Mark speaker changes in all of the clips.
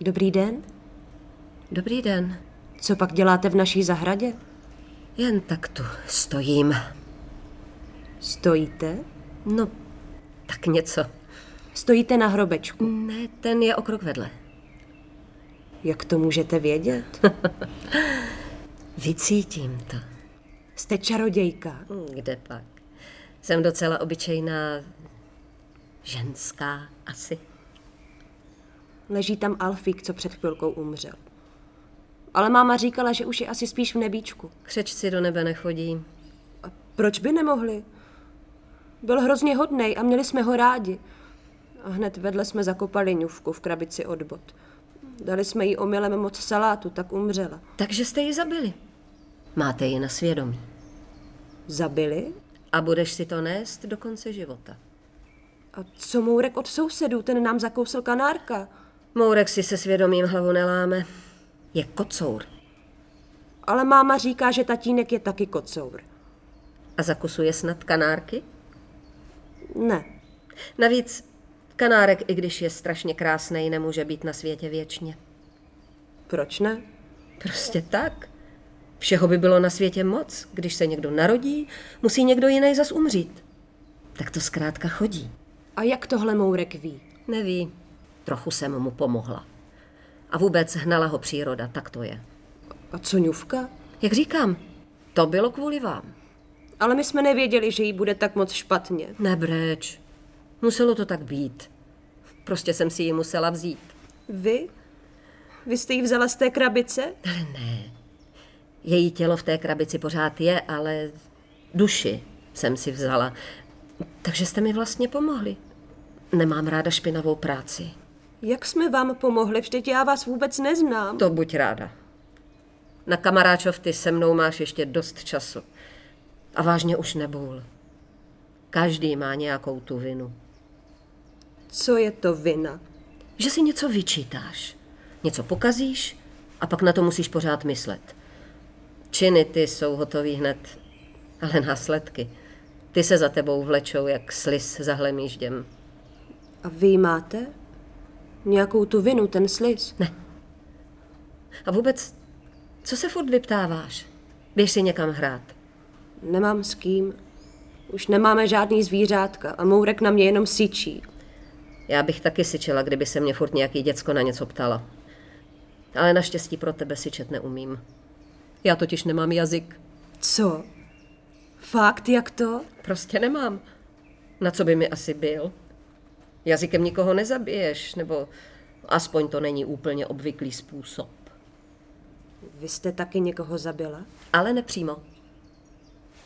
Speaker 1: Dobrý den.
Speaker 2: Dobrý den.
Speaker 1: Co pak děláte v naší zahradě?
Speaker 2: Jen tak tu stojím.
Speaker 1: Stojíte?
Speaker 2: No, tak něco.
Speaker 1: Stojíte na hrobečku.
Speaker 2: Ne, ten je o krok vedle.
Speaker 1: Jak to můžete vědět?
Speaker 2: Vycítím to.
Speaker 1: Jste čarodějka.
Speaker 2: Hm, Kde pak? Jsem docela obyčejná ženská asi.
Speaker 1: Leží tam Alfík, co před chvilkou umřel. Ale máma říkala, že už je asi spíš v nebíčku.
Speaker 2: Křečci do nebe nechodí.
Speaker 1: A proč by nemohli? Byl hrozně hodnej a měli jsme ho rádi. A hned vedle jsme zakopali ňůvku v krabici od bot. Dali jsme jí omylem moc salátu, tak umřela.
Speaker 2: Takže jste ji zabili. Máte ji na svědomí.
Speaker 1: Zabili?
Speaker 2: A budeš si to nést do konce života.
Speaker 1: A co mourek od sousedů, ten nám zakousil kanárka.
Speaker 2: Mourek si se svědomím hlavu neláme. Je kocour
Speaker 1: Ale máma říká, že tatínek je taky kocour.
Speaker 2: a zakusuje snad kanárky?
Speaker 1: Ne,
Speaker 2: Navíc kanárek, i když je strašně krásný, nemůže být na světě věčně.
Speaker 1: proč ne?
Speaker 2: Prostě tak. Všeho by bylo na světě moc. Když se někdo narodí, musí někdo jiný zas umřít. Tak to zkrátka chodí.
Speaker 1: A jak tohle mourek ví?
Speaker 2: Neví. Trochu jsem mu pomohla. A vůbec hnala ho příroda, tak to je.
Speaker 1: A co ňůvka?
Speaker 2: Jak říkám, to bylo kvůli vám.
Speaker 1: Ale my jsme nevěděli, že jí bude tak moc špatně.
Speaker 2: Nebreč. Muselo to tak být. Prostě jsem si ji musela vzít.
Speaker 1: Vy? Vy jste ji vzala z té krabice?
Speaker 2: Ale ne. Její tělo v té krabici pořád je, ale duši jsem si vzala. Takže jste mi vlastně pomohli. Nemám ráda špinavou práci.
Speaker 1: Jak jsme vám pomohli? Vždyť já vás vůbec neznám.
Speaker 2: To buď ráda. Na kamaráčov ty se mnou máš ještě dost času. A vážně už nebůl. Každý má nějakou tu vinu.
Speaker 1: Co je to vina?
Speaker 2: Že si něco vyčítáš, něco pokazíš a pak na to musíš pořád myslet. Činy ty jsou hotový hned, ale následky. Ty se za tebou vlečou jak slis za hlemížděm.
Speaker 1: A vy ji máte? Nějakou tu vinu, ten sliz?
Speaker 2: A vůbec, co se furt vyptáváš? Běž si někam hrát.
Speaker 1: Nemám s kým. Už nemáme žádný zvířátka a mourek na mě jenom syčí.
Speaker 2: Já bych taky syčela, kdyby se mě furt nějaký děcko na něco ptala. Ale naštěstí pro tebe syčet neumím. Já totiž nemám jazyk.
Speaker 1: Co? Fakt, jak to?
Speaker 2: Prostě nemám. Na co by mi asi byl? Jazykem nikoho nezabiješ, nebo aspoň to není úplně obvyklý způsob.
Speaker 1: Vy jste taky někoho zabila?
Speaker 2: Ale nepřímo.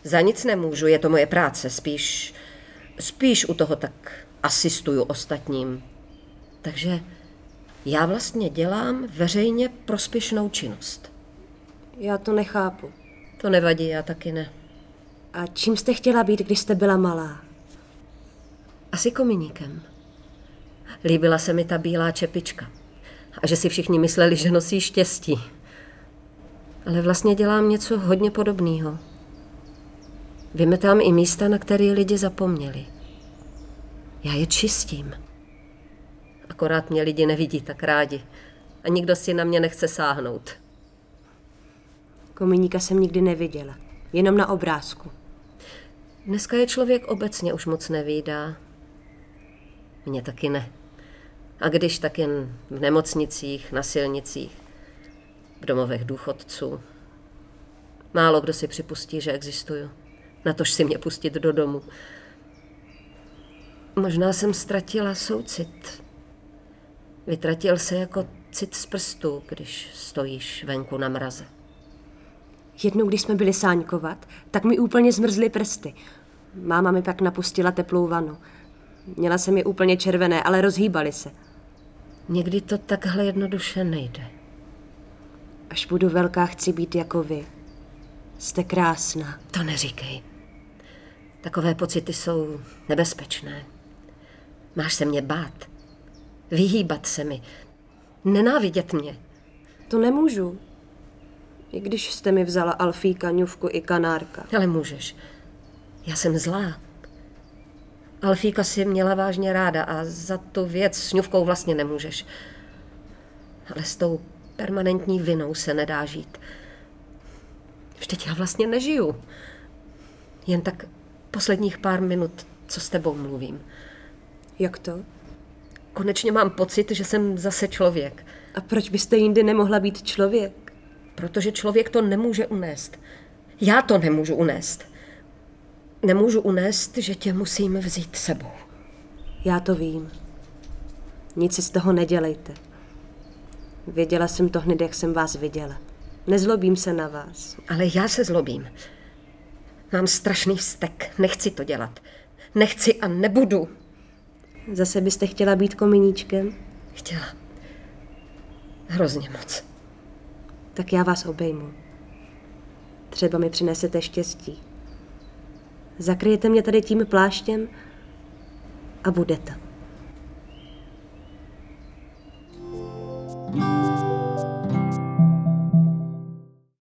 Speaker 2: Za nic nemůžu, je to moje práce, spíš, spíš u toho tak asistuju ostatním. Takže já vlastně dělám veřejně prospěšnou činnost.
Speaker 1: Já to nechápu.
Speaker 2: To nevadí, já taky ne.
Speaker 1: A čím jste chtěla být, když jste byla malá?
Speaker 2: Asi kominíkem. Líbila se mi ta bílá čepička. A že si všichni mysleli, že nosí štěstí. Ale vlastně dělám něco hodně podobného. Vymetám i místa, na které lidi zapomněli. Já je čistím. Akorát mě lidi nevidí tak rádi. A nikdo si na mě nechce sáhnout.
Speaker 1: Kominíka jsem nikdy neviděla. Jenom na obrázku.
Speaker 2: Dneska je člověk obecně už moc nevídá. Mně taky ne. A když, tak jen v nemocnicích, na silnicích, v domovech důchodců. Málo kdo si připustí, že existuju. Natož si mě pustit do domu. Možná jsem ztratila soucit. Vytratil se jako cit z prstů, když stojíš venku na mraze.
Speaker 1: Jednou, když jsme byli sáňkovat, tak mi úplně zmrzly prsty. Máma mi pak napustila teplou vanu. Měla jsem je úplně červené, ale rozhýbaly se.
Speaker 2: Někdy to takhle jednoduše nejde.
Speaker 1: Až budu velká, chci být jako vy. Jste krásná.
Speaker 2: To neříkej. Takové pocity jsou nebezpečné. Máš se mě bát. Vyhýbat se mi. Nenávidět mě.
Speaker 1: To nemůžu. I když jste mi vzala Alfíka, Ňuvku i Kanárka.
Speaker 2: Ale můžeš. Já jsem zlá. Alfíka si měla vážně ráda a za tu věc s ňuvkou vlastně nemůžeš. Ale s tou permanentní vinou se nedá žít. Vždyť já vlastně nežiju. Jen tak posledních pár minut, co s tebou mluvím.
Speaker 1: Jak to?
Speaker 2: Konečně mám pocit, že jsem zase člověk.
Speaker 1: A proč byste jindy nemohla být člověk?
Speaker 2: Protože člověk to nemůže unést. Já to nemůžu unést. Nemůžu unést, že tě musím vzít sebou.
Speaker 1: Já to vím. Nic si z toho nedělejte. Věděla jsem to hned, jak jsem vás viděla. Nezlobím se na vás.
Speaker 2: Ale já se zlobím. Mám strašný vztek. Nechci to dělat. Nechci a nebudu.
Speaker 1: Zase byste chtěla být kominíčkem?
Speaker 2: Chtěla. Hrozně moc.
Speaker 1: Tak já vás obejmu. Třeba mi přinesete štěstí. Zakryjete mě tady tím pláštěm a budete. thank you